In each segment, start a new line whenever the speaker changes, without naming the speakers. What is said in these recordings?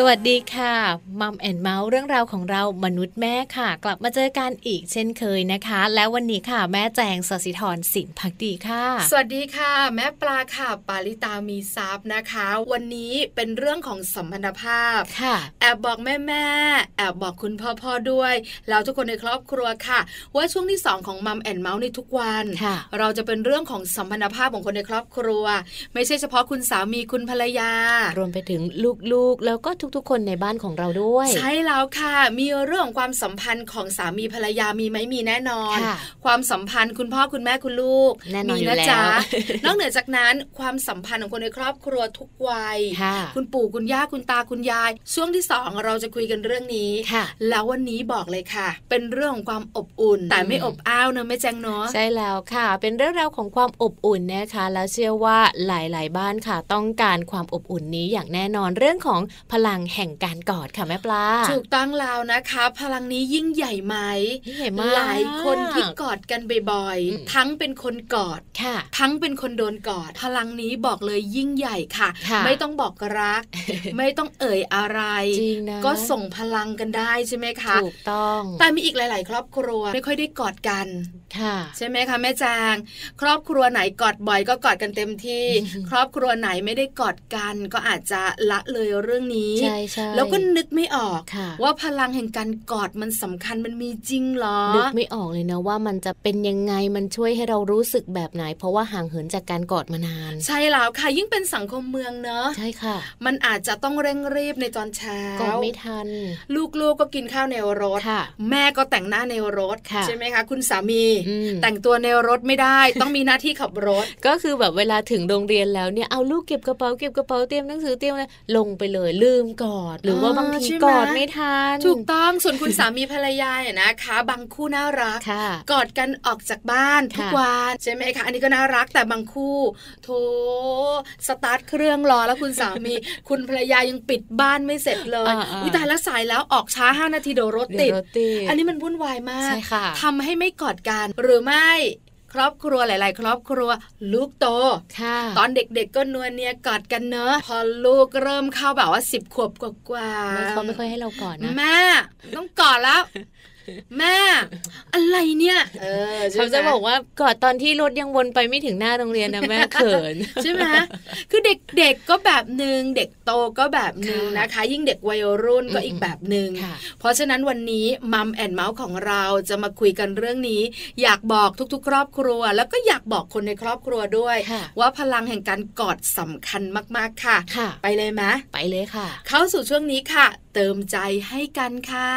สวัสดีค่ะมัมแอนเมาส์เรื่องราวของเรามนุษย์แม่ค่ะ กลับมาเจอกันอีกเช่นเคยนะคะ แล้ววันนี้ค่ะ แม่แจงสศิธรสินพักดีค่ะ
สวัสดีค่ะ แม่ปลาค่ะ ปาริตามีซับนะคะ วันนี้เป็นเรื่องของสัมพันธภาพ
ค่ะ
แอบบอกแม่แม่ๆแอบบอกคุณพ่อพ่อๆด้วย แล้วทุกคนในครอบครัวค่ะ ว่าช่วงที่ 2 ของมัมแอนเมาส์ในทุกวัน
ค่ะ
เราจะเป็นเรื่องของสัมพันธภาพของคนในครอบครัว ไม่ใช่เฉพาะคุณสามีคุณภรรยา
รวมไปถึงลูกๆ แล้วก็ทุกๆ คนในบ้านของเราด้วย
ใช่แล้วค่ะ มีเรื่องของความสัมพันธ์ของสามีภรรยามีไหมมีแน่นอน
ค่ะ
ความสัมพันธ์คุณพ่อคุณแม่คุณลูก
แน่นอน
มี
อยู่
นะ
แล้ว
จ๊ะ นอกเหนือจากนั้นความสัมพันธ์ของคนในครอบครัวทุกวัย
ค่ะ
คุณปู่คุณย่าคุณตาคุณยาย ช่วงที่สองเราจะคุยกันเรื่องนี้
ค่ะ
แล้ววันนี้บอกเลยค่ะ เป็นเรื่องของความอบอุ่น แต่ไม่อบอ้าวเนอะแม่แจงเนาะ
ใช่แล้วค่ะ เป็นเรื่องราวของความอบอุ่นนะคะ แล้วเชื่อว่าหลายๆ บ้านค่ะ ต้องการความอบอุ่นนี้อย่างแน่นอนเรื่องของพลังแห่งการกอดค่ะแม่ปลา
ถูกต้องแล้วนะคะ พลังนี้ยิ่งใหญ่ไหม
นี่ใหญ่มาก
หลายคนที่กอดกันบ่อย
อืม
ๆ ทั้งเป็นคนกอด
ค่ะ
ทั้งเป็นคนโดนกอด พลังนี้บอกเลยยิ่งใหญ่ค่ะ
ค่ะ
ไม่ต้องบอกรั ก ไม่ต้องเอ่ยอะไร
จริงนะ
ก็ส่งพลังกันได้ใช่ไหมคะ
ถูกต้อง
แต่มีอีกหลาย ๆ ครอบครัวไม่ค่อยได้กอดกัน
ค่ะ
ใช่ไหมคะแม่จางครอบครัวไหนกอดบ่อยก็กอดกันเต็ม ที่ ครอบครัวไหนไม่ได้กอดกัน ก็อาจจะละเลยเรื่องนี้
ใช่ใช่
แล้วก็นึกไม่ออก
ค่ะ
ว่าพลังแห่งการกอดมันสำคัญมันมีจริงเหรอ
นึกไม่ออกเลยนะว่ามันจะเป็นยังไงมันช่วยให้เรารู้สึกแบบไหน เพราะว่าห่างเหินจากการกอดมานาน
ใช่แล้วค่ะยิ่งเป็นสังคมเมืองเนอะ
ใช่ค่ะ
มันอาจจะต้องเร่งรีบในตอนเช้าก
อดไม่ทัน
ลูกๆก็กินข้าวในรถ
ค่ะ
แม่ก็แต่งหน้าในรถ
ค่ะ
ใช่ไหมคะ คุณสามี
อืม
แต่งตัวในรถไม่ได้ ต้องมีหน้าที่ขับรถ
ก็คือแบบเวลาถึงโรงเรียนแล้วเนี่ยเอาลูกเก็บกระเป๋าเก็บกระเป๋าเตรียมหนังสือเตรียมอะไรลงไปเลยลืมกอด หรือ
อ๋อบ
ว่าางที
ใช่ไหม
กอดไม่ทัน
ถูกต้องส่วนคุณสามีภรรยาเนี่ยนะคะ บางคู่น่ารัก
ค่ะ
กอดกันออกจากบ้าน
ค่ะ
ทุกวันใช่ไหมคะ อันนี้ก็น่ารักแต่บางคู่โถสตาร์ทเครื่องรอแล้วคุณสามี คุณภรรยายังปิดบ้านไม่เสร็จเลย
ๆ
ยตายแล้วสายแล้วออกช้า 5 นาทีเดี๋ยวรถติด
เยวรถติด
อันนี้มันวุ่นวายมาก
ใช่ค่ะ
ทำให้ไม่กอดกันหรือไม่ครอบครัวหลาย ๆ ครอบครัว ลูกโต
ค่ะ
ตอนเด็กๆก็นวเนียกอดกันเนอะพอลูกเริ่มเข้าแบบว่าสิบขวบกว่าๆ
ไม่เขาไม่ค่อยให้เรากอดนะ
แม่ต้องกอดแล้ว แม่ อะไรเนี่ยเออใช่
เขา
ไหม
จะบอกว่ากอดตอนที่รถยังวนไปไม่ถึงหน้าโรงเรียนนะแม่เขิน
ใช่ไหมคือเด็กๆก็แบบหนึ่งเด็กโตก็แบบหนึ่ง
ค่ะ
นะคะ ยิ่งเด็กวัยรุ่นก็
อืม
อีกแบบหนึ่ง
ค่ะ
เพราะฉะนั้นวันนี้มัมแอนเมาส์ของเราจะมาคุยกันเรื่องนี้ อยากบอกทุกๆ ครอบครัว แล้วก็อยากบอกคนในครอบครัวด้วย
ค่ะ
ว่าพลังแห่งการกอดสำคัญมากๆค่ะ
ค่ะ
ไปเลยไหม
ไปเลยค่ะ
เข้าสู่ช่วงนี้ค่ะ เติมใจให้กันค่ะ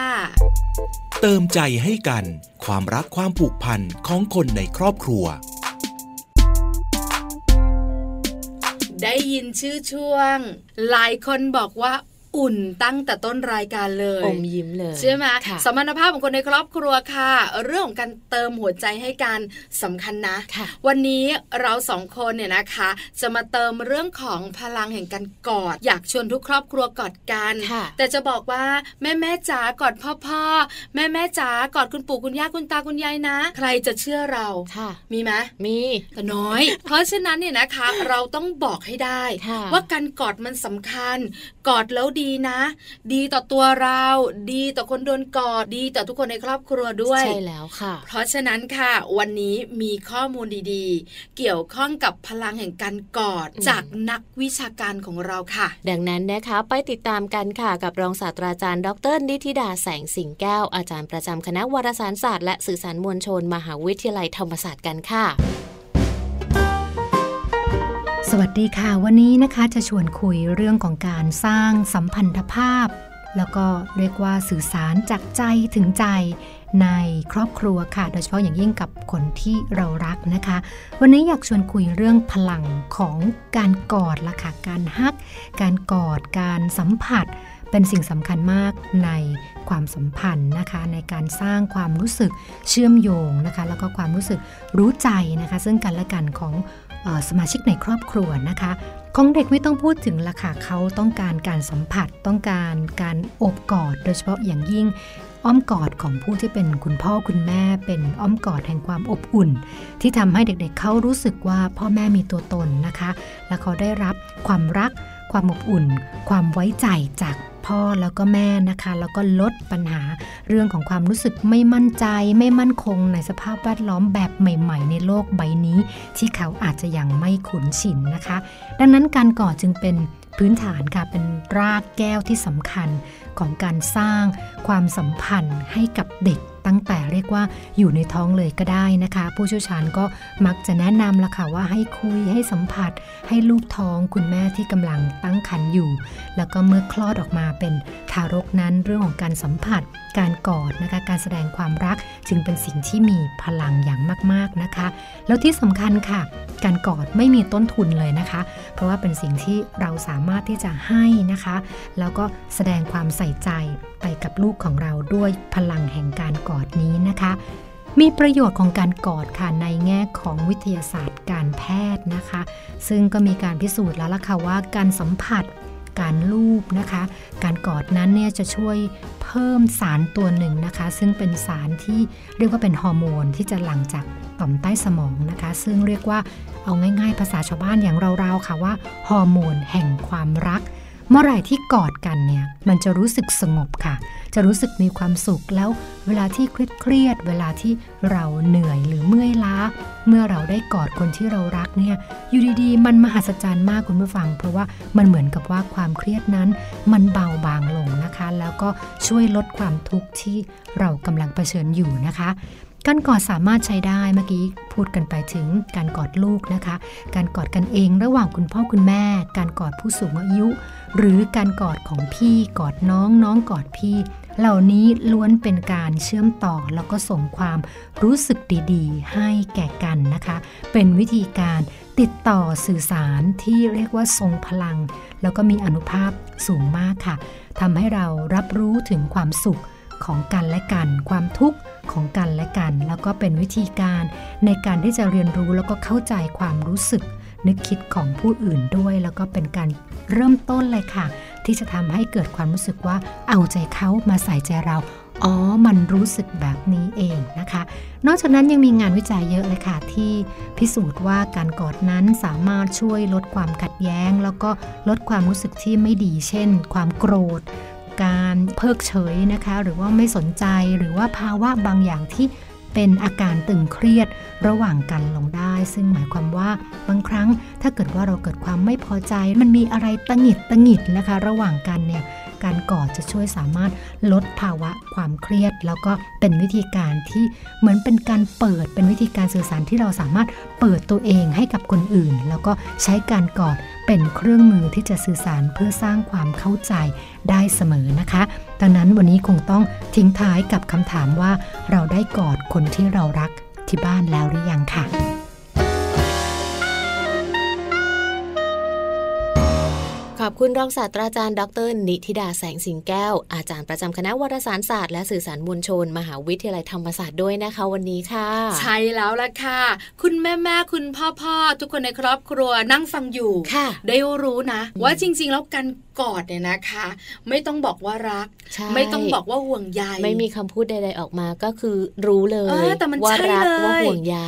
เติมใจให้กัน ความรักความผูกพันของคนในครอบครัว
ได้ยินชื่อช่วง หลายคนบอกว่าอุ่นตั้งแต่ต้นรายการเล
อย มยิ้มเลย
ใช่ไหม
ค่ะ
สมรรถภาพของคนในครอบครัวค่ะ เรื่องของการเติมหัวใจให้กันสำคัญนะ
ค่ะ
วันนี้เราสองคนเนี่ยนะคะ จะมาเติมเรื่องของพลังแห่งการกอด อยากชวนทุกครอบครัวกอดกัน
ค่ะ
แต่จะบอกว่าแม่แม่ๆจ๋ากอดพ่อพ่อแม่แม่ๆจ๋ากอดคุณปู่คุณย่าคุณตาคุณยายนะ ใครจะเชื่อเรา
ค่ะ
มีไหมย
มี
แต่น้อย เพราะฉะนั้นเนี่ยนะคะ เราต้องบอกให้ได้
ค่ะ
ว่าการกอดมันสำคัญ กอดแล้วดีนะ ดีต่อตัวเรา ดีต่อคนโดนกอด ดีต่อทุกคนในครอบครัวด้วย
ใช่แล้วค่ะ
เพราะฉะนั้นค่ะ วันนี้มีข้อมูลดีๆ เกี่ยวข้องกับพลังแห่งการกอด
อืม
จากนักวิชาการของเราค่ะ
ดังนั้นนะคะไปติดตามกันค่ะกับรองศาสตราจารย์ดรนิติดาแสงสิงแก้ว อาจารย์ประจำคณะวารสารศาสตร์และสื่อสารมวลชน มหาวิทยาลัยธรรมศาสตร์กันค่ะ
สวัสดีค่ะ วันนี้นะคะจะชวนคุยเรื่องของการสร้างสัมพันธภาพ แล้วก็เรียกว่าสื่อสารจากใจถึงใจในครอบครัวค่ะ โดยเฉพาะอย่างยิ่งกับคนที่เรารักนะคะ วันนี้อยากชวนคุยเรื่องพลังของการกอดละค่ะ การฮัก การกอดการสัมผัส เป็นสิ่งสำคัญมากในความสัมพันธ์นะคะ ในการสร้างความรู้สึกเชื่อมโยงนะคะ แล้วก็ความรู้สึกรู้ใจนะคะ ซึ่งกันและกันของ เอ่อสมาชิกในครอบครัวนะคะ ของเด็กไม่ต้องพูดถึงละค่ะเขาต้องการการสัมผัส ต้องการการโอบกอด โดยเฉพาะอย่างยิ่ง อ้อมกอดของผู้ที่เป็นคุณพ่อคุณแม่เป็นอ้อมกอดแห่งความอบอุ่น ที่ทำให้เด็กๆเขารู้สึกว่าพ่อแม่มีตัวตนนะคะ และเขาได้รับความรัก ความอบอุ่น ความไว้ใจจากพ่อแล้วก็แม่นะคะ แล้วก็ลดปัญหาเรื่องของความรู้สึกไม่มั่นใจ ไม่มั่นคงในสภาพแวดล้อมแบบใหม่ ๆ ในโลกใบนี้ ที่เขาอาจจะยังไม่คุ้นชินนะคะ ดังนั้นการก่อจึงเป็นพื้นฐานค่ะเป็นรากแก้วที่สำคัญของการสร้างความสัมพันธ์ให้กับเด็ก ตั้งแต่เรียกว่าอยู่ในท้องเลยก็ได้นะคะ ผู้เชี่ยวชาญก็มักจะแนะนำละค่ะว่าให้คุยให้สัมผัส ให้ลูกท้องคุณแม่ที่กำลังตั้งครรภ์อยู่ แล้วก็เมื่อคลอดออกมาเป็นทารกนั้นเรื่องของการสัมผัส การกอดนะคะ การแสดงความรักจึงเป็นสิ่งที่มีพลังอย่างมากๆนะคะ แล้วที่สำคัญค่ะ การกอดไม่มีต้นทุนเลยนะคะ เพราะว่าเป็นสิ่งที่เราสามารถที่จะให้นะคะ แล้วก็แสดงความใส่ใจไปกับลูกของเราด้วยพลังแห่งการกอดนี้นะคะ มีประโยชน์ของการกอดค่ะในแง่ของวิทยาศาสตร์การแพทย์นะคะ ซึ่งก็มีการพิสูจน์แล้วล่ะค่ะว่าการสัมผัส การลูบนะคะ การกอดนั้นเนี่ยจะช่วยเพิ่มสารตัวหนึ่งนะคะ ซึ่งเป็นสารที่เรียกว่าเป็นฮอร์โมนที่จะหลั่งจากต่อมใต้สมองนะคะ ซึ่งเรียกว่าเอาง่ายๆ ภาษาชาวบ้านอย่างเราๆค่ะว่าฮอร์โมนแห่งความรัก เมื่อไหร่ที่กอดกันเนี่ยมันจะรู้สึกสงบค่ะ จะรู้สึกมีความสุขแล้วเวลาที่เครียดๆเวลาที่เราเหนื่อยหรือเมื่อยล้า เมื่อเราได้กอดคนที่เรารักเนี่ยอยู่ดีๆ มันมหัศจรรย์มากคุณผู้ฟัง เพราะว่ามันเหมือนกับว่าความเครียดนั้น มันเบาบางลงนะคะ แล้วก็ช่วยลดความทุกข์ที่เรากำลังเผชิญอยู่นะคะ การกอดสามารถใช้ได้เมื่อกี้พูดกันไปถึงการกอดลูกนะคะ การกอดกันเองระหว่างคุณพ่อคุณแม่ การกอดผู้สูงอายุ หรือการกอดของพี่กอดน้องน้องกอดพี่ เหล่านี้ล้วนเป็นการเชื่อมต่อแล้วก็ส่งความรู้สึกดีๆ ให้แก่กันนะคะ เป็นวิธีการติดต่อสื่อสารที่เรียกว่าทรงพลัง แล้วก็มีอานุภาพสูงมากค่ะทำให้เรารับรู้ถึงความสุข ของกันและกัน ความทุกข์ของกันและกัน แล้วก็เป็นวิธีการในการที่จะเรียนรู้แล้วก็เข้าใจความรู้สึก นึกคิดของผู้อื่นด้วย แล้วก็เป็นการเริ่มต้นเลยค่ะ ที่จะทำให้เกิดความรู้สึกว่าเอาใจเขามาใส่ใจเรา อ๋อ มันรู้สึกแบบนี้เองนะคะ นอกจากนั้นยังมีงานวิจัยเยอะเลยค่ะ ที่พิสูจน์ว่าการกอดนั้นสามารถช่วยลดความขัดแย้ง แล้วก็ลดความรู้สึกที่ไม่ดี เช่น ความโกรธ การเพิกเฉยนะคะ หรือว่าไม่สนใจหรือว่าภาวะบางอย่างที่เป็นอาการตึงเครียดระหว่างกันลงได้ ซึ่งหมายความว่าบางครั้งถ้าเกิดว่าเราเกิดความไม่พอใจ มันมีอะไรตังหงิดตังหงิดนะคะ ระหว่างกันเนี่ยการกอดจะช่วยสามารถลดภาวะความเครียด แล้วก็เป็นวิธีการที่เหมือนเป็นการเปิดเป็นวิธีการสื่อสารที่เราสามารถเปิดตัวเองให้กับคนอื่น แล้วก็ใช้การกอดเป็นเครื่องมือที่จะสื่อสารเพื่อสร้างความเข้าใจ ได้เสมอนะคะ ดังนั้นวันนี้คงต้องทิ้งท้ายกับคำถามว่า เราได้กอดคนที่เรารักที่บ้านแล้วหรือยังค่ะ
ขอบคุณรองศาสตราจารย์ดร นิติดาแสงสิงแก้ว อาจารย์ประจำคณะวารสารศาสตร์และสื่อสารมวลชน มหาวิทยาลัยธรรมศาสตร์ด้วยนะคะวันนี้ค่ะ
ใช่แล้วล่ะค่ะ คุณแม่แม่ๆคุณพ่อพ่อๆทุกคนในครอบครัวนั่งฟังอยู่
ค่ะ
ได้รู้นะ ว่าจริง ๆ แล้วการกอดเนี่ยนะคะ ไม่ต้องบอกว่ารัก
ใช่
ไม่ต้องบอกว่าห่วงใย
ไม่มีคำพูดใด ๆ ออกมาก็คือรู้เล
เอย อแต่มัน
ว่า
ใช่
รั
เลย
ว่าห่วงใย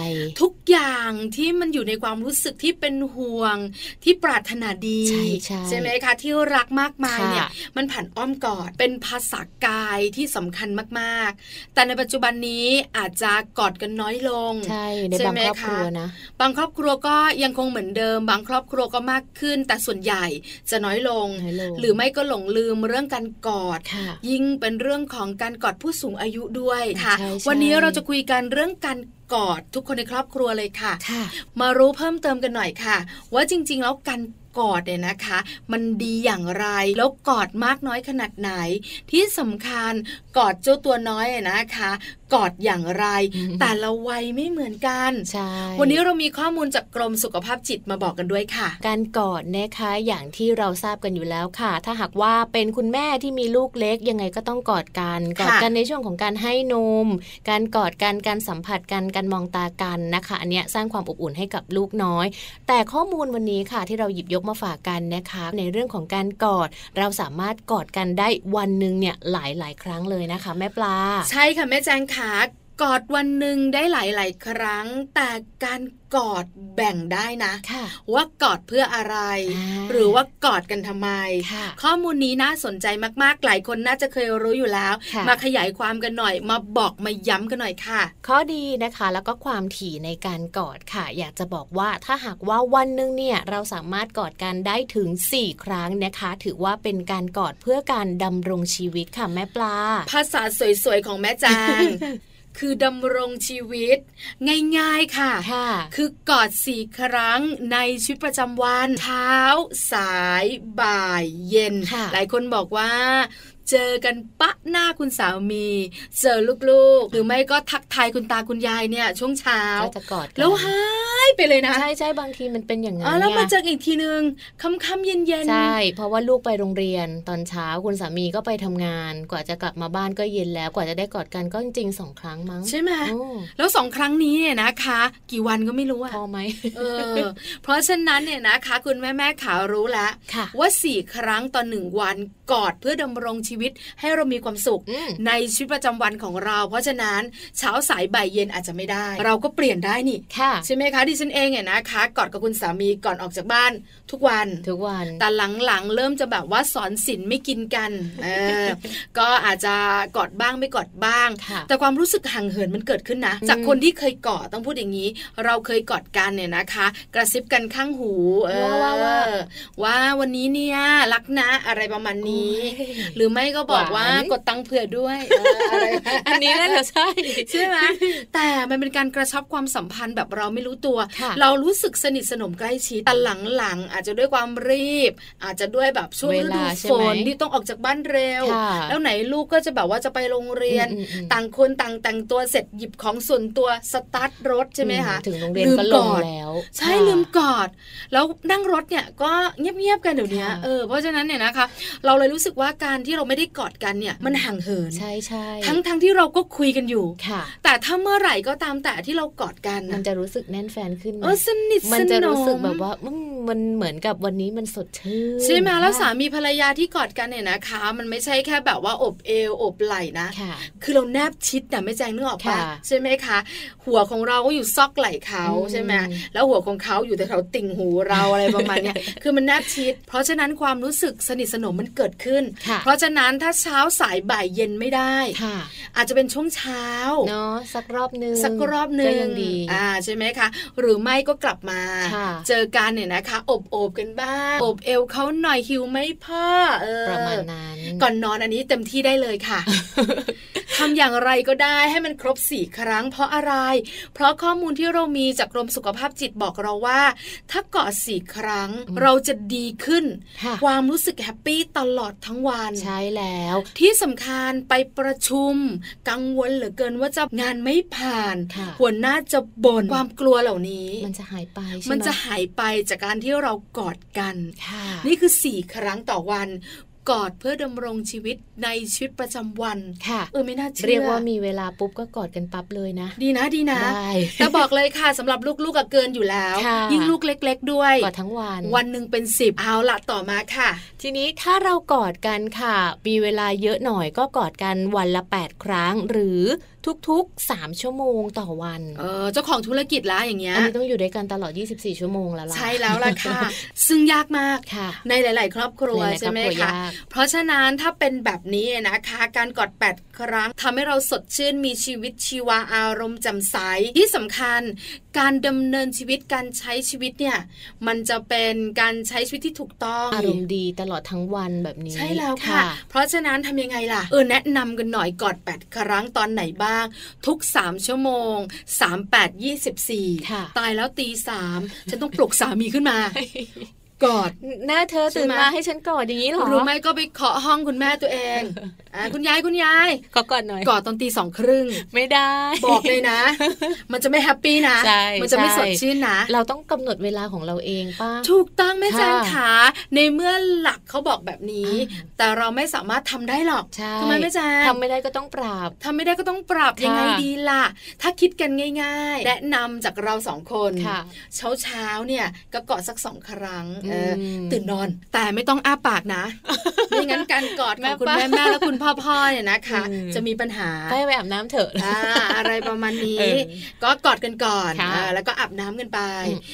ทุกอย่างที่มันอยู่ในความรู้สึกที่เป็นห่วงที่ปรารถนาดี
ใช่ใช่
ไหมคะที่รักมากมาย
ค่ะ
เนี่ยมันผ่านอ้อมกอดเป็นภาษากายที่สำคัญมากๆ แต่ในปัจจุบันนี้อาจจะกอดกันน้อยลง
ใช่ใน
ใช่
บาง
ไหม
ครอบครัว
คะ
นะ
บางครอบครัวก็ยังคงเหมือนเดิม บางครอบครัวก็มากขึ้น แต่ส่วนใหญ่จะน้อยลง
น้อยลง
หรือไม่ก็หลงลืมเรื่องการกอด
ค่ะ
ยิ่งเป็นเรื่องของการกอดผู้สูงอายุด้วยค่ะ
ใช่ใช่
วันนี้เราจะคุยกันเรื่องการกอดทุกคนในครอบครัวเลย ค่ะ
ค่ะ
มารู้เพิ่มเติมกันหน่อยค่ะ ว่าจริง ๆ แล้วการกอดเนี่ยนะคะ มันดีอย่างไรแล้วกอดมากน้อยขนาดไหน ที่สำคัญกอดเจ้าตัวน้อยอะนะคะ กอดอย่างไร
อืม
แต่ละวัยไม่เหมือนกัน
ใช่
วันนี้เรามีข้อมูลจากกรมสุขภาพจิตมาบอกกันด้วยค่ะ
การกอดนะคะอย่างที่เราทราบกันอยู่แล้วค่ะ ถ้าหากว่าเป็นคุณแม่ที่มีลูกเล็กยังไงก็ต้องกอดกันกอดกันในช่วงของการให้นม การกอดกันการสัมผัสกันการมองตากันนะคะอันเนี้ยสร้างความอบอุ่นให้กับลูกน้อย แต่ข้อมูลวันนี้ค่ะที่เราหยิบยก กมาฝากกันนะคะ ในเรื่องของการกอด เราสามารถกอดกันได้วันหนึ่งเนี่ยหลายหลายๆครั้งเลยนะคะ แม่ปลา
ใช่ค่ะแม่แจงขากอดวันหนึ่งได้หลาย ๆ ครั้ง แต่การกอดแบ่งได้นะ
ค่ะ
ว่ากอดเพื่ออะไร
อ่า
หรือว่ากอดกันทำไม
ค่ะ
ข้อมูลนี้น่าสนใจมากๆ หลายคนน่าจะเคยรู้อยู่แล้ว
ค่ะ
มาขยายความกันหน่อย มาบอกมาย้ำกันหน่อยค่ะ
ข้อดีนะคะแล้วก็ความถี่ในการกอดค่ะ อยากจะบอกว่าถ้าหากว่าวันหนึงเนี่ยเราสามารถกอดกันได้ถึง 4 ครั้งนะคะ ถือว่าเป็นการกอดเพื่อการดำรงชีวิตค่ะแม่ปลา
ภาษาสวย ๆ ของแม่จาง คือดำรงชีวิต ง่าย ๆ ค่ะ
ค่ะ
คือกอดสี่ครั้งในชีวิตประจำวันเช้า สายบ่ายเย็น
ค่ะ
หลายคนบอกว่า เจอกันปะหน้าคุณสามี เจอลูกๆ หรือไม่ก็ทักทายคุณตาคุณยายเนี่ย ช่วงเช้า
ก็จะกอดกัน
แล้วหายไปเลยนะ
ใช่ใช่บางทีมันเป็นอย่างนั้น
อ๋อแล้ว
ไง
มาเจออีกทีนึงค่ำๆเย็นๆ
ใช่ เพราะว่าลูกไปโรงเรียนตอนเช้าคุณสามีก็ไปทำงาน กว่าจะกลับมาบ้านก็เย็นแล้วกว่าจะได้กอดกันก็จริงๆสองครั้งมั้ง
ใช่ไหม
โอ้
แล้วสองครั้งนี้เนี่ยนะคะ กี่วันก็ไม่รู้อะ
พอไหม
เออ เพราะฉะนั้นเนี่ยนะคะ คุณแม่แม่ๆขารู้แล้ว
ค่ะ
ว่า 4 ครั้งต่อหนึ่งวันกอดเพื่อดำรงชีวิตให้เรามีความสุข
อืม
ในชีวิตประจำวันของเรา เพราะฉะนั้นเช้าสายบ่ายเย็นอาจจะไม่ได้ เราก็เปลี่ยนได้นี่
ค่ะ
ใช่ไหมคะดิฉันเองเนี่ยนะคะกอดกับคุณสามีก่อนออกจากบ้านทุกวัน
ทุกวัน
แต่หลังๆ เริ่มจะแบบว่าสอนศีลไม่กินกันเอ อ ก็อาจจะกอดบ้างไม่กอดบ้าง
ค่ะ
แต่ความรู้สึกห่างเหินมันเกิดขึ้นนะ
อืม
จากคนที่เคยกอดต้องพูดอย่างนี้ เราเคยกอดกันเนี่ยนะคะ กระซิบกันข้างหูเออ
ว่าว่าว่า
ว่าวันนี้เนี่ยรักนะอะไรประมาณนี้
โอ้ย
หรือไม่ก็บอกว่า
หวาน
กดตังค์เผื่อด้วยเอออะไร
อันนี้น่าจะ ใช่
ใช่ไหมแต่มันเป็นการกระชับความสัมพันธ์แบบเราไม่รู้ตัว
ค่ะ
เรารู้สึกสนิทสนมใกล้ชิดแต่หลังๆอาจจะด้วยความรีบ อาจจะด้วยแบบช่วง
เว
ฤ
ลา
ดู
ใช่
ฝ
ไหม
นที่ต้องออกจากบ้านเร็ว
ค่ะ
แล้วไหนลูกก็จะแบบว่าจะไปโรงเรียน
อืมอืม
ต่างคนต่างแต่งตัวเสร็จหยิบของส่วนตัวสตาร์ทรถใช่ไหมคะ
ถึงโรงเรียน
ลืม
ก็ล
ก
ง
อด
แล้ว
ใช่
ค่ะ
ลืมกอด แล้วนั่งรถเนี่ยก็เงียบๆกันเดี๋ยวนี้
ค่ะ
เออเพราะฉะนั้นเนี่ยนะคะ เราเลยรู้สึกว่าการที่เราไม่ได้กอดกันเนี่ยมันห่างเหิน
ใช่ใช่
ทั้งๆที่เราก็คุยกันอยู่
ค่ะ
แต่ถ้าเมื่อไหร่ก็ตามแต่ที่เรากอดกัน
มั
น่ะ
นจะรู้สึกแน่นแฟนขึ้นไหม
เออสนิท
มัน
ส
จะ
น
รู้สึก
ม
แบบว่าอืมมันเหมือนกับวันนี้มันสดชื่น
ใช่ไหมแล้วสามีภรรยาที่กอดกันเนี่ยนะคะ มันไม่ใช่แค่แบบว่าอบเอวอบไหล่นะ
ค่ะ
คือเราแนบชิดแต่ไม่แจงนึกออกปะ
ค่ะ
ใช่ไหมคะ หัวของเราก็อยู่ซอกไหล่เขา
อืม
ใช่ไหมแล้วหัวของเขาอยู่แต่แถวติ่งหูเราอะไรประมาณเนี้ย คือมันแนบชิด เพราะฉะนั้นความรู้สึกสนิทสนมมันเกิดขึ้น
ค่ะ
เพราะฉะนั้นถ้าเช้าสายบ่ายเย็นไม่ได้
ค่ะ
อาจจะเป็นช่วงเช้า
เนาะสักรอบนึง
สักรอบหนึ่
ก็ยังดี
อ่าใช่ไหมคะหรือไม่ก็กลับมา
ค่ะ
เจอกันเนี่ยนะคะ อบโอบกันบ้างอบเอวเขาหน่อยหิวไหมพ่อเออ
ประมาณนั้น
ก่อนนอนอันนี้เต็มที่ได้เลย ค่ะ ทำอย่างไรก็ได้ให้มันครบสี่ครั้ง เพราะอะไร เพราะข้อมูลที่เรามีจากกรมสุขภาพจิตบอกเราว่า ถ้ากอดสี่ครั้งเราจะดีขึ้น
ค่ะ
ความรู้สึกแฮปปี้ตลอดทั้งวัน
ใช่แล้ว
ที่สำคัญไปประชุม กังวลเหลือเกินว่าจะงานไม่ผ่าน
ค่ะ
หัวหน้าจะบน่นความกลัวเหล่านี้
มันจะหายไปใช่ไห
มันจะหายไปจากการที่เรากอดกัน
ค่ะ
นี่คือ 4 ครั้งต่อวัน กอดเพื่อดำรงชีวิตในชีวิตประจำวัน
ค่ะ
เออไม่น่าเชื่อ
เรียกว่ามีเวลาปุ๊บก็กอดกันปั๊บเลยนะ
ดีนะดีนะ
ได้
แต่บอกเลยค่ะสำหรับลูกๆกเกินอยู่แล้ว
ค่ะ
ยิ่งลูกเล็ก ๆ ด้วย
กอดทั้งวัน
วันหนึ่งเป็นสิบเอาละต่อมาค่ะ
ทีนี้ถ้าเรากอดกันค่ะ มีเวลาเยอะหน่อยก็กอดกันวันละ 8 ครั้ง หรือทุกๆ 3 ชั่วโมงต่อวัน
เออเจ้าของธุรกิจละอย่างเงี้ย
อันนี้ต้องอยู่ด้วยกันตลอด 24 ชั่วโมงแล้วล่ะ
ใช่แล้วล่ะค่ะ ซึ่งยากมาก
ค่ะ
ในหลาย ๆ ครอบครัว
หลายๆ
ใช่ไหม
รอบรัวย
คะ
าก
เพราะฉะนั้นถ้าเป็นแบบนี้นะคะ การกอด8ครั้งทำให้เราสดชื่นมีชีวิตชีวาอารมณ์แจ่มใสที่สำคัญ การดำเนินชีวิตการใช้ชีวิตเนี่ย มันจะเป็นการใช้ชีวิตที่ถูกต้อง
อารมณ์ดีตลอดทั้งวันแบบนี้
ใช่แล้วค่ะ เพราะฉะนั้นทำยังไงล่ะเออแนะนำกันหน่อยกอด8ครั้งตอนไหนบ้าง ทุก 3 ชั่วโมง 3 8 24
ค่ะ
ตายแล้วตีสามฉันต้องปลุกสามี ขึ้นมากอด
หน้าเธอตื่น
ใช่ไหม
มาให้ฉันกอดอย่างนี้เหรอ
รู้ไหมก็ไปเคาะห้องคุณแม่ตัวเองอ่าคุณยายคุณยาย
ขอกอดหน่อย
ก่อนตอนตีสองครึ่ง
ไม่ได้
บอกเลยนะ มันจะไม่แฮปปี้นะ
ใช่
มัจะไม่
ใช่
สดชื่นนะ
เราต้องกำหนดเวลาของเราเองป้า
ถูกต้องแม่
ค่ะ
แจงขาในเมื่อหลักเขาบอกแบบนี้
อ่า
แต่เราไม่สามารถทำได้หรอก
ใช่
ทำไมแม่แจง
ทำไม่ได้ก็ต้องปรับ
ทำไม่ได้ก็ต้องปรับ
ค่ะ
ยังไงดีล่ะ ถ้าคิดกันง่าย ๆ แนะนำจากเราสองคน
ค่ะ
เช้าเช้าๆเนี่ยก็กอดสักสองครั้ง
อืม
เอ ออ
ม
ตื่นนอนแต่ไม่ต้องอ้าปาก นะไม่งั้นการกอดของคุณแม่แม่ๆและคุณพ่อพ่อๆเนี่ยนะคะ
อืม
จะมีปัญหา
ไปไปอาบน้ำเถอะ
อ่าอะไรประมาณนี้
เออ
ก็กอดกันก่อน
ค่ะ
อ่าแล้วก็อาบน้ำกันไป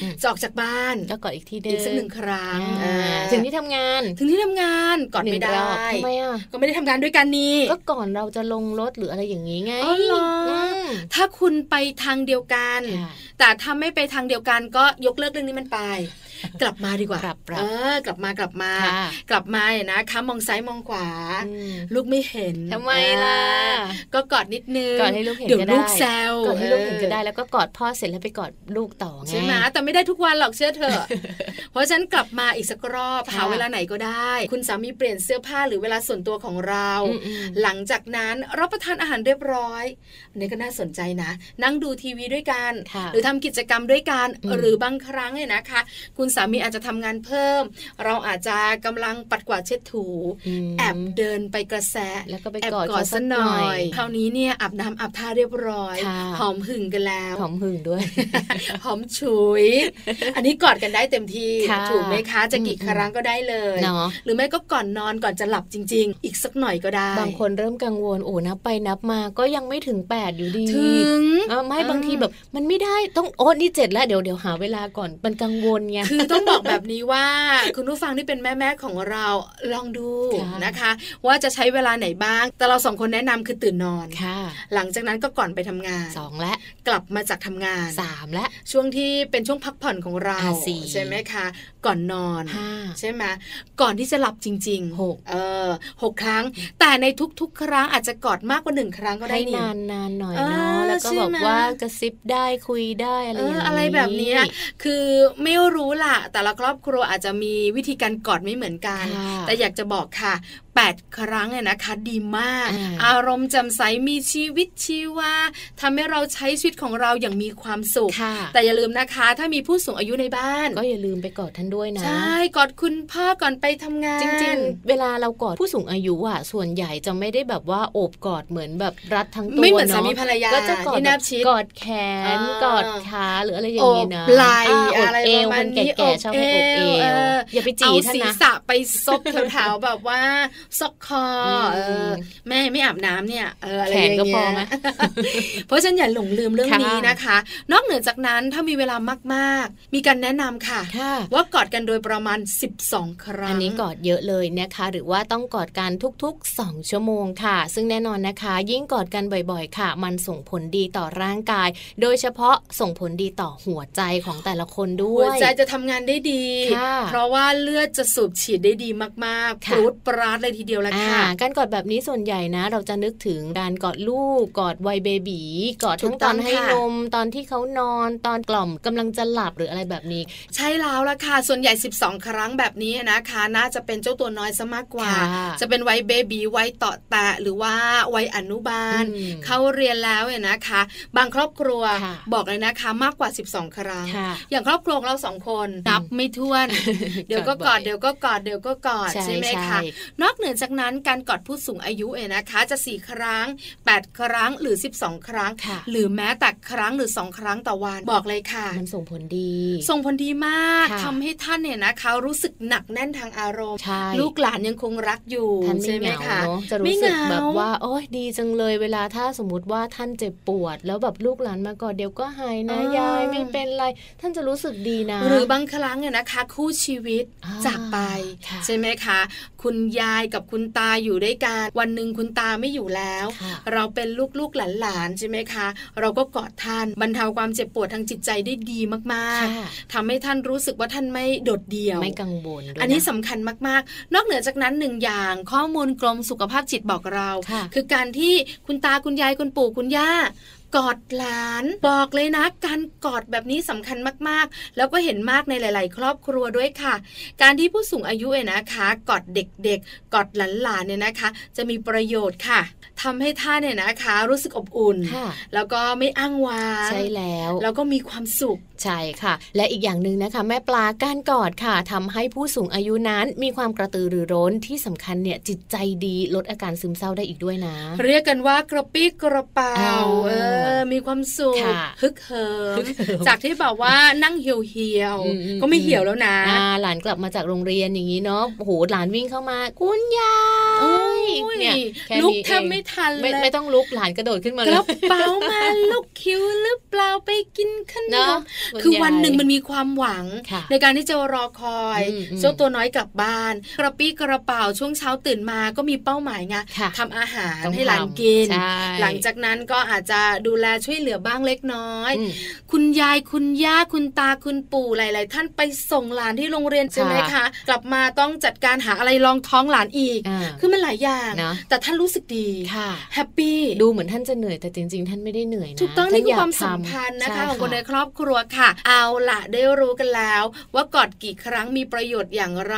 อืม
จะออกจากบ้าน
ๆก็กอดอีกทีเดิ
อีกสักหนึ่งครั้ง
อ่า
อ่า
ถึงที่ทำงาน
ถึงที่ทำงานกอด
หนึ่
ไม่
ง
ได้
รอบทำไมอ่ะ
ก็ไม่ได้ทำงานด้วยกันนี่
ก็ก่อนเราจะลงรถหรืออะไรอย่างนี้ไง
อ๋อเหรออื
ม
ถ้าคุณไปทางเดียวกัน
ค่ะ
แต่ถ้าไม่ไปทางเดียวกันก็ยกเลิกเรื่องนี้มันไป กลับมาดีกว่าก
ลับกลับ
เออกลับมากลับมา
ค่ะ
กลับมาเนี่ยนะคะมองซ้ายมองขวา
อืม
ลูกไม่เห็น
ทำไมล่ะ
อ่าก็กอดนิดนึง
กอดให้ลูกเห็น
เดี๋ยว
ก็ได้
ลูกแซว
กอดให้ลูกเห็นก็
ออ
ได้แล้วก็กอดพ่อเสร็จแล้วไปกอดลูกต่อไง
ใช่ไหมแต่ไม่ได้ทุกวันหรอกเชื่อเถ อะ เพราะฉะนันกลับมาอีกสักรอบ
ค่ะ
หาเวลาไหนก็ได้ คุณสามีเปลี่ยนเสื้อผ้าหรือเวลาส่วนตัวของเรา
อืมอืม
หลังจากนั้นรับประทานอาหารเรียบร้อยอันนี่ก็น่าสนใจนะ นั่งดูทีวีด้วยกัน
ค่ะ
หรือทำกิจกรรมด้วยกัน
อืม
หรือบางครั้งเนี่ยนะคะ คุณสามีอาจจะทำงานเพิ่ม เราอาจจะกำลังปัดกวาดเช็ดถู
ม
แอบเดินไปกระแส
แล้วก็ไป
แอบ
กอด
กอด
เขาสั
ซะ
ก
ห
ห
น่
น่
อ
อย ย
คราวนี้เนี่ยอาบน้ำอาบท่าเรียบร้อย
ค่ะ
หอมหึ่งกันแล้ว
หอมหึงด้วย
หอมฉุย อันนี้กอดกันได้เต็มที่
ค่ะ
ถูกไหมคะ จะกี่
อืม
ครั้งก็ได้เลย
เนาะ
หรือไม่ก็ก่อนนอนก่อนจะหลับจริง ๆ อีกสักหน่อยก็ได้
บางคนเริ่มกังวลโอ้นับไปนับมาก็ยังไม่ถึง 8 อยู่ดี
ถึง
เออไม่
อ่า
บางทีแบบ มันไม่ได้ต้องโอ้นี่เจ็ดแล้วเดี๋ยวเดี๋ยวหาเวลาก่อนมันกังวลไง
คือต้องบอกแบบนี้ว่า คุณผู้ฟังที่เป็นแม่แม่ๆของเราลองดู
ค่ะ
นะคะ ว่าจะใช้เวลาไหนบ้าง แต่เราสองคนแนะนำคือตื่นนอน
ค่ะ
หลังจากนั้นก็ก่อนไปทำงาน
สองและ
กลับมาจากทำงาน
สามและ
ช่วงที่เป็นช่วงพักผ่อนของเรา
อ่าสี่
ใช่ไหมคะ ก่อนนอน
ห้า
ใช่ไหมก่อนที่จะหลับจริงๆ
หก
เออหกครั้ง แต่ในทุกๆ ครั้งอาจจะกอดมากกว่าหนึ่งครั้งก็ได้
ให้
นี่
นานนานๆหน่อย
เออ
เนาะแล้วก็
ใช่
แบ
ไห
บ
ม
ว่ากระซิบได้คุยได้อะไร
เอ
อย่างนี้
ออะไรแบบเนี้ยคือไม่รู้ล่ะ แต่ละครอบครัวอาจจะมีวิธีการกอดไม่เหมือนกัน
ค่ะ
แต่อยากจะบอกค่ะ 8 ครั้งเนี่ยนะคะ ดีมาก
อ่า
อารมณ์แจำใสมีชีวิตชีวาทำให้เราใช้ชีวิตของเราอย่างมีความสุข
ค่ะ
แต่อย่าลืมนะคะ ถ้ามีผู้สูงอายุในบ้าน
ก็อย่าลืมไปกอดท่านด้วยนะ
ใช่กอดคุณพ่อก่อนไปทำงาน
จริงๆ เวลาเรากอดผู้สูงอายุอ่ะส่วนใหญ่จะไม่ได้แบบว่าโอบกอดเหมือนแบบรัดทั้งตัว
ไม่เหมือนสา
ะ
มีภรรยา
ก็จะกอด
ที่แนบชิด
กอดแขน
อ่าก
กอดขาหรืออะไรอย่างนี้นะ
โอบไหล่
าโบ
อะไร
เอว
ประมา
ค
ณ
น
นี้
แก่ๆชอบให้โอบเอ
โอบ
ว
เอวเอออ
อย่าไปจี
เอา
ท่าน
ศีร
นะ
ษะไปซบแถวๆ แบบว่าซอกคออ
ม
เออแม่ไม่อาบน้ำเนี่ยเอออะไรอ
แข
ย่า
น
ง
ก็
เงี้ย
พอไหม
เพราะฉะนันอย่าหลงลืมเรื่อง
ค่ะ
นี้นะคะ นอกเหนือจากนั้นถ้ามีเวลามากๆ มีการแนะนำค่ะ
ค่ะ
ว่ากอดกันโดยประมาณ 12 ครั้ง
อันนี้กอดเยอะเลยนะคะ หรือว่าต้องกอดกันทุกๆ 2 ชั่วโมงค่ะ ซึ่งแน่นอนนะคะ ยิ่งกอดกันบ่อยๆ ค่ะ มันส่งผลดีต่อร่างกาย โดยเฉพาะส่งผลดีต่อหัวใจของแต่ละคนด้ว
หัวย ใจจะทำงานได้ดี
ค่ะ
เพราะว่าเลือดจะสูบฉีดได้ดีมากๆ
ค่ะ
ปรูดปราดเลยทีเดียวละ
อ่า
ค่ะ
การกอดแบบนี้ส่วนใหญ่นะ เราจะนึกถึงการกอดลูกกอดวัยเบบีกอดทั้
ถู
ง
ก
ต
ต้อ
อง นให้
ค่ะ
นมตอนที่เขานอนตอนกล่อมกำลังจะหลับหรืออะไรแบบนี้
ใช่แล้วล่ะค่ะ ส่วนใหญ่ 12 ครั้งแบบนี้นะคะ น่าจะเป็นเจ้าตัวน้อยซะมากกว่า
ค่ะ
จะเป็นวัยเบบีวัยเต่อแตะหรือว่าวัยอนุบาล
อืม
เข้าเรียนแล้วเนี่ยนะคะ บางครอบครัว
ค่ะ
บอกเลยนะคะมากกว่า 12 ครั้ง
ค่ะ
อย่างครอบครัวของเราสองคนนับไม่ถ้วน เดี๋ยวก็กอดเดี๋ยวก็กอดเดี๋ยวก็กอด
ใช่
ใช่ไหม
ใช่
คะ นอกเหนือจากนั้นการกอดผู้สูงอายุเองนะคะ จะ 4 ครั้ง 8 ครั้งหรือ 12 ครั้ง
ค่ะ
หรือแม้แต่ครั้งหรือ 2 ครั้งต่อวันบอกเลยค่ะ
มันส่งผลดี
ส่งผลดีมาก
ค่ะ
ทำให้ท่านเนี่ยนะคะรู้สึกหนักแน่นทางอารมณ์
ใช่
ลูกหลานยังคงรักอยู่
ท่านไม่
ใช่
เห
ไหม
งา
คะ
เนาะจะ
ไม่
รู้
เห
สึก
งา
แบบว่าโอ้ยดีจังเลยเวลาถ้าสมมติว่าท่านเจ็บปวด แล้วแบบลูกหลานมากอดเดี๋ยวก็หายนะยายไม่เป็นไร ท่านจะรู้สึกดีนะ
หรือบางครั้งเนี่ยนะคะ คู่ชีวิต
อ่า
จากไป
ค่ะ
ใช่ไหมคะ คุณยายกับคุณตาอยู่ด้วยกันวันหนึ่งคุณตาไม่อยู่แล้ว
ค่ะ
เราเป็นลูกๆหลานๆใช่ไหมคะ เราก็กอดท่านบรรเทาความเจ็บปวดทางจิตใจได้ดีมาก
ค่ะ
ๆทำให้ท่านรู้สึกว่าท่านไม่โดดเดี่ยว
ไม่กังวลด้วย
อันนี้
ะ
สำคัญมาก ๆ นอกเหนือจากนั้นหนึ่งอย่างข้อมูลกรมสุขภาพจิตบอกเรา
ค่ะ
อการที่คุณตาคุณยายคุณปู่คุณย่ากอดหลานบอกเลยนะ การกอดแบบนี้สำคัญมากๆ แล้วก็เห็นมากในหลาย ๆ ครอบครัวด้วยค่ะ การที่ผู้สูงอายุเนี่ยนะคะกอดเด็ก ๆ กอดหลานๆเนี่ยนะคะ จะมีประโยชน์ค่ะทำให้ท่านเนี่ยนะคะ รู้สึกอบอุ่น
ค่ะ
แล้วก็ไม่อ้างว้าง
ใช่แล้ว
แล้วก็มีความสุข
ใช่ค่ะ และอีกอย่างหนึ่งนะคะ แม่ปลาการกอดค่ะทำให้ผู้สูงอายุนั้นมีความกระตือรือร้นที่สำคัญเนี่ยจิตใจดีลดอาการซึมเศร้าได้อีกด้วยนะ
เรียกกันว่ากระปี้กระเป๋า
อ่า
เออ อมีความสุข
ค่ะ
ฮึกเหิ
ฮึ
ม
กเหิม
จากที่แบบว่านั่งเหี่ยวเหี่ยวๆ
อืมอืม
ก็ไม่เหี่ยวแล้วนะ
อ่าหลานกลับมาจากโรงเรียนอย่างนี้เนาะโอ้โหหลานวิ่งเข้ามา คุณยา
โอ้
ย
ย
เนี่ยแค่
ลุก
นี้
แทบไม่ทัน
เอง
เล
ไม่
ย
ไม่ต้องลุกหลานกระโดดขึ้นมาก เลย
ระเป๋ามาลูกคิ้วหรือเปล่าไปกินขน
เนาะ
มคือวันหนึ่งมัน
คุณยาย
มีความหวัง
ค่ะ
ในการที่จะรอคอย
อืมอืม
เจ้าตัวน้อยกลับบ้าน กระปี้กระเป๋าช่วงเช้าตื่นมาก็มีเป้าหมายไง
ค่ะ
ทำอาหาร
ต้อง
ให้หลาน
ทำ
กิน
ใช่
หลังจากนั้นก็อาจจะดูแลช่วยเหลือบ้างเล็กน้อย
อืม
คุณยายคุณย่าคุณตาคุณปู่หลาย ๆ ท่านไปส่งหลานที่โรงเรียนใช่ไหมคะ กลับมาต้องจัดการหาอะไรรองท้องหลานอีก
อ่า
คือมันหลายอย่าง
นะ
แต่ท่านรู้สึกดี
ค่ะ
แฮปปี้
ดูเหมือนท่านจะเหนื่อยแต่จริง ๆ ท่านไม่ได้เหนื่อยนะ
ถูกต้อง
ท่
นี่คือ
อยก
ความ
ทำ
สัมพันธ์นะคะ
ใช่
ของคนในครอบครัวค่ะ เอาละได้รู้กันแล้ว ว่ากอดกี่ครั้งมีประโยชน์อย่างไร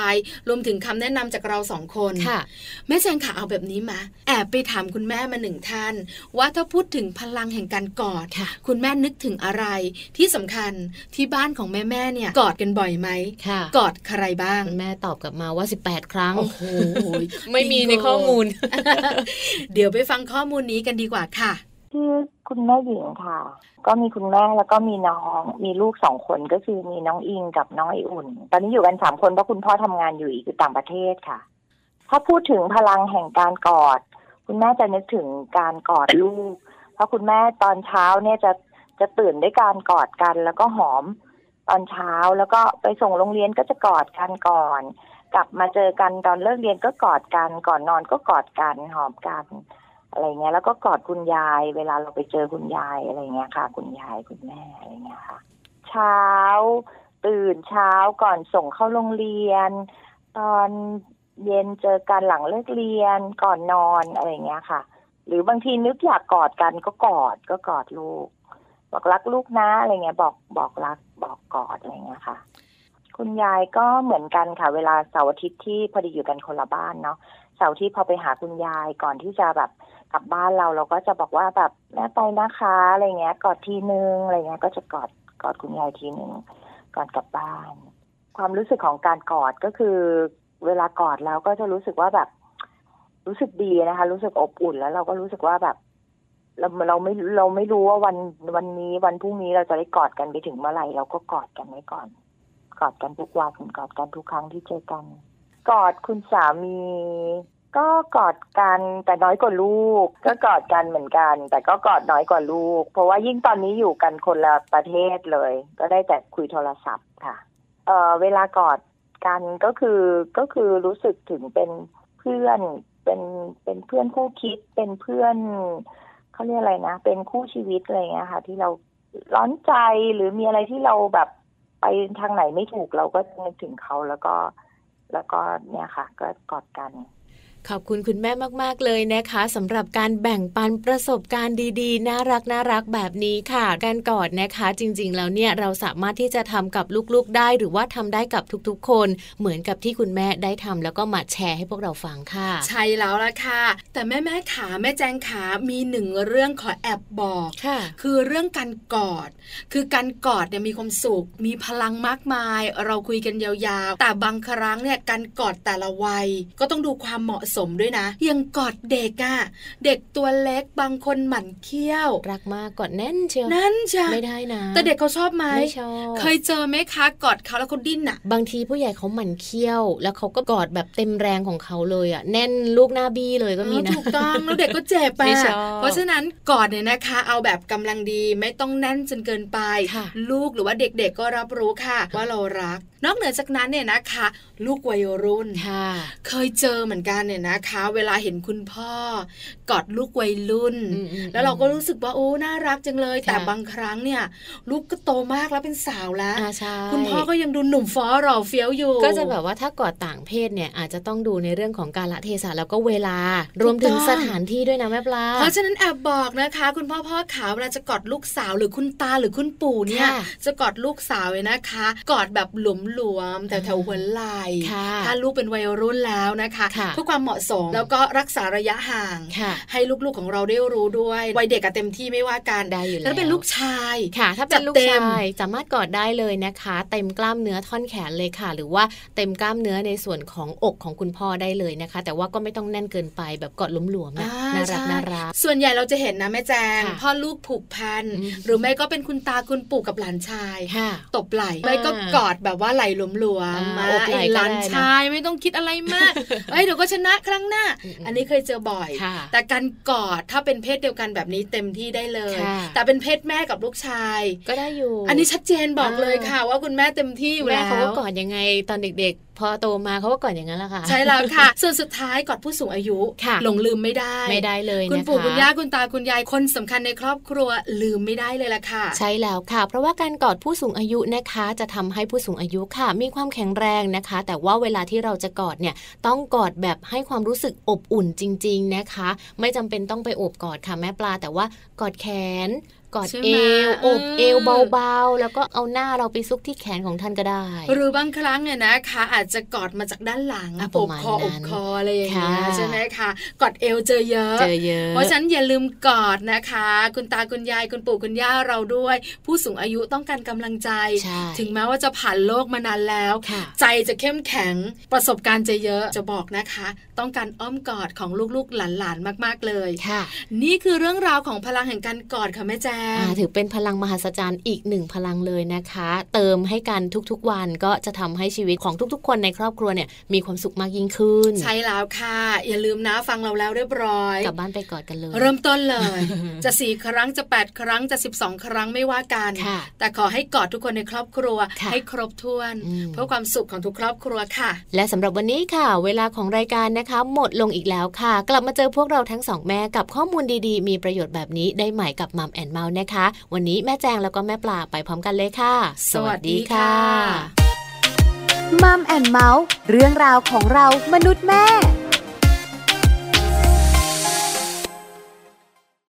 รวมถึงคำแนะนำจากเราสองคน
ค่ะ
แม่แจงค่ะเอาแบบนี้มาแอบไปถามคุณแม่มาหนึ่งท่าน ว่าถ้าพูดถึงพลังแห่งการกอด
ค่ะ
คุณแม่นึกถึงอะไรที่สำคัญที่บ้านของแม่แม่ๆเนี่ย กอดกันบ่อยไหม
ค่ะ
กอดใครบ้าง
คุณแม่ตอบกลับมาว่า 18 ครั้ง
โอ้โห
ไม่มีในข้อมูล
เดี๋ยวไปฟังข้อมูลนี้กันดีกว่าค่ะ
ชื่อคุณแม่หญิงค่ะ ก็มีคุณแม่แล้วก็มีน้องมีลูกสองคนก็คือมีน้องอิงกับน้องไออุ่น ตอนนี้อยู่กันสามคนเพราะคุณพ่อทำงานอยู่อีกอยู่ต่างประเทศค่ะ ถ้าพูดถึงพลังแห่งการกอด คุณแม่จะนึกถึงการกอดลูก เพราะคุณแม่ตอนเช้าเนี่ยจะจะตื่นด้วยการกอดกันแล้วก็หอมตอนเช้าแล้วก็ไปส่งโรงเรียนก็จะกอดกันก่อน กลับมาเจอกันตอนเลิกเรียนก็กอดกันก่อนนอนก็กอดกันหอมกัน อะไรเงี้ยแล้วก็กอดคุณยายเวลาเราไปเจอคุณยายอะไรเงี้ยค่ะ คุณยายคุณแม่อะไรเงี้ยค่ะ เช้า ตื่นเช้าก่อนส่งเข้าโรงเรียน ตอนเย็นเจอกันหลังเลิกเรียนก่อนนอนอะไรเงี้ยค่ะ หรือบางทีนึกอยากกอดกันก็กอดก็กอดลูก บอกรักลูกนะอะไรเงี้ย บอกบอกรักบอกกอดอะไรเงี้ยค่ะ คุณยายก็เหมือนกันค่ะ เวลาเสาร์อาทิตย์ที่พอดีอยู่กันคนละบ้านเนาะเสาร์อาทิตย์พอไปหาคุณยายก่อนที่จะแบบ กลับบ้านเราเราก็จะบอกว่าแบบแม่ไปนะคะอะไรเงี้ย กอดทีนึงอะไรเงี้ย ก็จะกอดกอดคุณยายทีนึงก่อนกลับบ้าน ความรู้สึกของการกอดก็คือ เวลากอดแล้วก็จะรู้สึกว่าแบบ รู้สึกดีนะคะ รู้สึกอบอุ่นแล้วเราก็รู้สึกว่าแบบ เราเราไม่เราไม่รู้ว่าวันวันนี้วันพรุ่งนี้เราจะได้กอดกันไปถึงเมื่อไหร่เราก็กอดกันไว้ก่อน กอดกันทุกวันกอดกันทุกครั้งที่เจอกัน กอดคุณสามี ก็กอดกันแต่น้อยกว่าลูก ก็กอดกันเหมือนกัน แต่ก็กอดน้อยกว่าลูก เพราะว่ายิ่งตอนนี้อยู่กันคนละประเทศเลย ก็ได้แต่คุยโทรศัพท์ค่ะ เอ่อเวลากอดกันก็คือก็คือรู้สึกถึงเป็นเพื่อนเป็นเป็นเพื่อนคู่คิดเป็นเพื่อนเขาเรียกอะไรนะ เป็นคู่ชีวิตอะไรอย่างเงี้ยค่ะ ที่เราร้อนใจหรือมีอะไรที่เราแบบไปทางไหนไม่ถูกเราก็นึกถึงเขาแล้วก็ แล้วก็เนี่ยค่ะ ก็กอดกัน
ขอบคุณคุณแม่มากๆเลยนะคะสำหรับการแบ่งปันประสบการณ์ดีๆ น่ารักน่ารักแบบนี้ค่ะ การกอดนะคะจริงๆแล้วเนี่ยเราสามารถที่จะทำกับลูกๆได้หรือว่าทำได้กับทุกๆ คน เหมือนกับที่คุณแม่ได้ทำแล้วก็มาแชร์ให้พวกเราฟังค่ะ
ใช่แล้วล่ะค่ะ แต่แม่แม่ๆขาแม่แจงขามีหนึ่งเรื่องขอแอบบอก
ค่ะ
คือเรื่องการกอด คือการกอดเนี่ยมีความสุข มีพลังมากมาย เราคุยกันยาวๆ แต่บางครั้งเนี่ยการกอดแต่ละวัย ก็ต้องดูความเหมาะสมด้วยนะอยังกอดเด็กอะ่ะ เด็กตัวเล็กบางคนหมั่นเคี้ยว
รักมากกอดแน่นเชียว
นั่นจ้ะ
ไม่ได้นะ
แต่เด็กเขาชอบไหม
ไม่ชอบ
เคยเจอไหมคะกอดเขาแล้วเขาดิ้นอ่ะ
บางทีผู้ใหญ่เขาหมั่นเคี้ยว แล้วเขาก็กอดแบบเต็มแรงของเขาเลยอ่ะแน่นลูกหน้าบี้เลยก็มีนะ
อ๋อถูกต้อง แล้วเด็กก็เจ็บ
ไม่
ปะ
ชอบ
เพราะฉะนั้นกอดเนี่ยนะคะ เอาแบบกำลังดีไม่ต้องแน่นจนเกินไป
ค่ะ
ลูกหรือว่าเด็กๆก็รับรู้ค่ะ ว่าเรารัก นอกเหนือจากนั้นเนี่ยนะคะ ลูกวัยรุ่น
ค่ะ
เคยเจอเหมือนกันเนี่ยนะคะ เวลาเห็นคุณพ่อกอดลูกวัยรุ่น
อืมอืม
แล้วเราก็รู้สึกว่าโอ้น่ารักจังเลย
ค่ะ
แต่บางครั้งเนี่ย ลูกก็โตมากแล้วเป็นสาวแล้ว
อ่าใช่
คุณพ่อก็ยังดูหนุ่มฟ้อหล่อเฟี้ยวอยู่
ก็จะแบบว่าถ้ากอดต่างเพศเนี่ยอาจจะต้องดูในเรื่องของการละเทศะแล้วก็เวลา รวมถึง
ถูกต้อง
สถานที่ด้วยนะแม่ปลา
เพราะฉะนั้นแอบบอกนะคะ คุณพ่อพ่อขาวเวลาจะกอดลูกสาวหรือคุณตาหรือคุณปู่เนี่ย
ค่ะ
จะกอดลูกสาวเลยนะคะ กอดแบบหลวม หลวมๆแต่แถวหัวไหล่
ค่ะ
ถ้าลูกเป็นวัยรุ่นแล้วนะคะ
ค่ะ
เพื่อความเหมาะสมแล้วก็รักษาระยะห่าง
ค่ะ
ให้ลูกๆของเราได้รู้ด้วยวัยเด็กอะเต็มที่ไม่ว่ากัน
ได้อยู่แล้ว
แล้วเป็นลูกชาย
ค่ะ ถ้าเป็นลูก
จัดเต็ม
ชายสามารถกอดได้เลยนะคะ เต็มกล้ามเนื้อท่อนแขนเลยค่ะ หรือว่าเต็มกล้ามเนื้อในส่วนของอกของคุณพ่อได้เลยนะคะ แต่ว่าก็ไม่ต้องแน่นเกินไปแบบกอดหลวมๆนะ
อ่
น่ารัก
ใช่
น่ารัก
ส่วนใหญ่เราจะเห็นนะแม่แจง
ค่ะ
พ่อลูกผูกพัน
อืม
หรือไม่ก็เป็นคุณตาคุณปู่กับหลานชาย
ค่ะ
ตบไหล่ไม่ก็กอดแบบว่าไหล่หลวมๆ
อ่า
มา
อกไหล่
ไอ้
ก็
หลาน
ได้นะ
ชายไม่ต้องคิดอะไร มาก เอ้ยเดี๋ยวก็ชนะครั้งหน้า
อืมๆ
อันนี้เคยเจอบ่อย
ค่ะ
แต่การกอดถ้าเป็นเพศเดียวกันแบบนี้เต็มที่ได้เลย
ค่ะ
แต่เป็นเพศแม่กับลูกชาย
ก็ได้อยู่
อันนี้ชัดเจนบอก
อ่า
เลยค่ะ ว่าคุณแม่เต็มที่อยู่
แม่
แล้ว
เขาก็กอดยังไงตอนเด็กๆ พอโตมาเขาก็กอดอย่างนั้นแหละค่ะ
ใช่แล้วค่ะ ส่วนสุดท้ายกอดผู้สูงอายุ
ค่ะ
หลงลืมไม่ได้
ไม่ได้เลยนะะ
คุณปู่คุณย่าคุณตาคุณยายคนสำคัญในครอบครัวลืมไม่ได้เลยล่ะค่ะ
ใช่แล้วค่ะ เพราะว่าการกอดผู้สูงอายุนะคะ จะทำให้ผู้สูงอายุค่ะ มีความแข็งแรงนะคะ แต่ว่าเวลาที่เราจะกอดเนี่ยต้องกอดแบบให้ความรู้สึกอบอุ่นจริง ๆนะคะ ไม่จำเป็นต้องไปโอบกอดค่ะแม่ปลา แต่ว่ากอดแขน กอด
ใช่ไหม
เอวอบ
อืม
เอวเบาๆ แล้วก็เอาหน้าเราไปซุกที่แขนของท่านก็ได้
หรือบางครั้งเนี่ยนะคะ อาจจะกอดมาจากด้านหลัง
อ่ะ
อ
ประ
บ
มาณ
คออบ
นั้น
คออะไรอย่างเงี้ย
ค่ะ
ใช่ไหมคะกอดเอวเจอเยอะ
เจอเยอะ
เพราะฉะนั้นอย่าลืมกอดนะคะ คุณตาคุณยายคุณปู่คุณย่าเราด้วย ผู้สูงอายุต้องการกำลังใจ
ใช่
ถึงแม้ว่าจะผ่านโลกมานานแล้ว
ค่ะ
ใจจะเข้มแข็งประสบการณ์จะเยอะจะบอกนะคะ ต้องการอ้อมกอดของลูกๆหลานๆมากๆเลย
ค่ะ
นี่คือเรื่องราวของพลังแห่งการกอดค่ะแม่แจ้ง
อ่าถือเป็นพลังมหัศจรรย์อีกหนึ่งพลังเลยนะคะ เติมให้กันทุกๆวันก็จะทำให้ชีวิตของทุกๆ คนในครอบครัวเนี่ยมีความสุขมากยิ่งขึ้น
ใช่แล้วค่ะ อย่าลืมนะฟังเราแล้วเรียบร้อย
กลับบ้านไปกอดกันเลย
เริ่มต้นเลย จะสี่ครั้งจะ 8 ครั้งจะ 12 ครั้งไม่ว่ากัน
ค่ะ
แต่ขอให้กอดทุกคนในครอบครัว
ค่ะ
ให้ครบถ้วน
อืม
เพื่อความสุขของทุกครอบครัวค่ะ
และสำหรับวันนี้ค่ะ เวลาของรายการนะคะ หมดลงอีกแล้วค่ะ กลับมาเจอพวกเราทั้งสองแม่กับข้อมูลดีๆ มีประโยชน์แบบนี้ได้ใหม่กับมัมแอนเมาส์นะคะ วันนี้แม่แจงแล้วก็แม่ปลาไปพร้อมกันเลยค่ะ
สวัสดีค่ะ
มัมแอนเมาส์เรื่องราวของเรามนุษย์แม่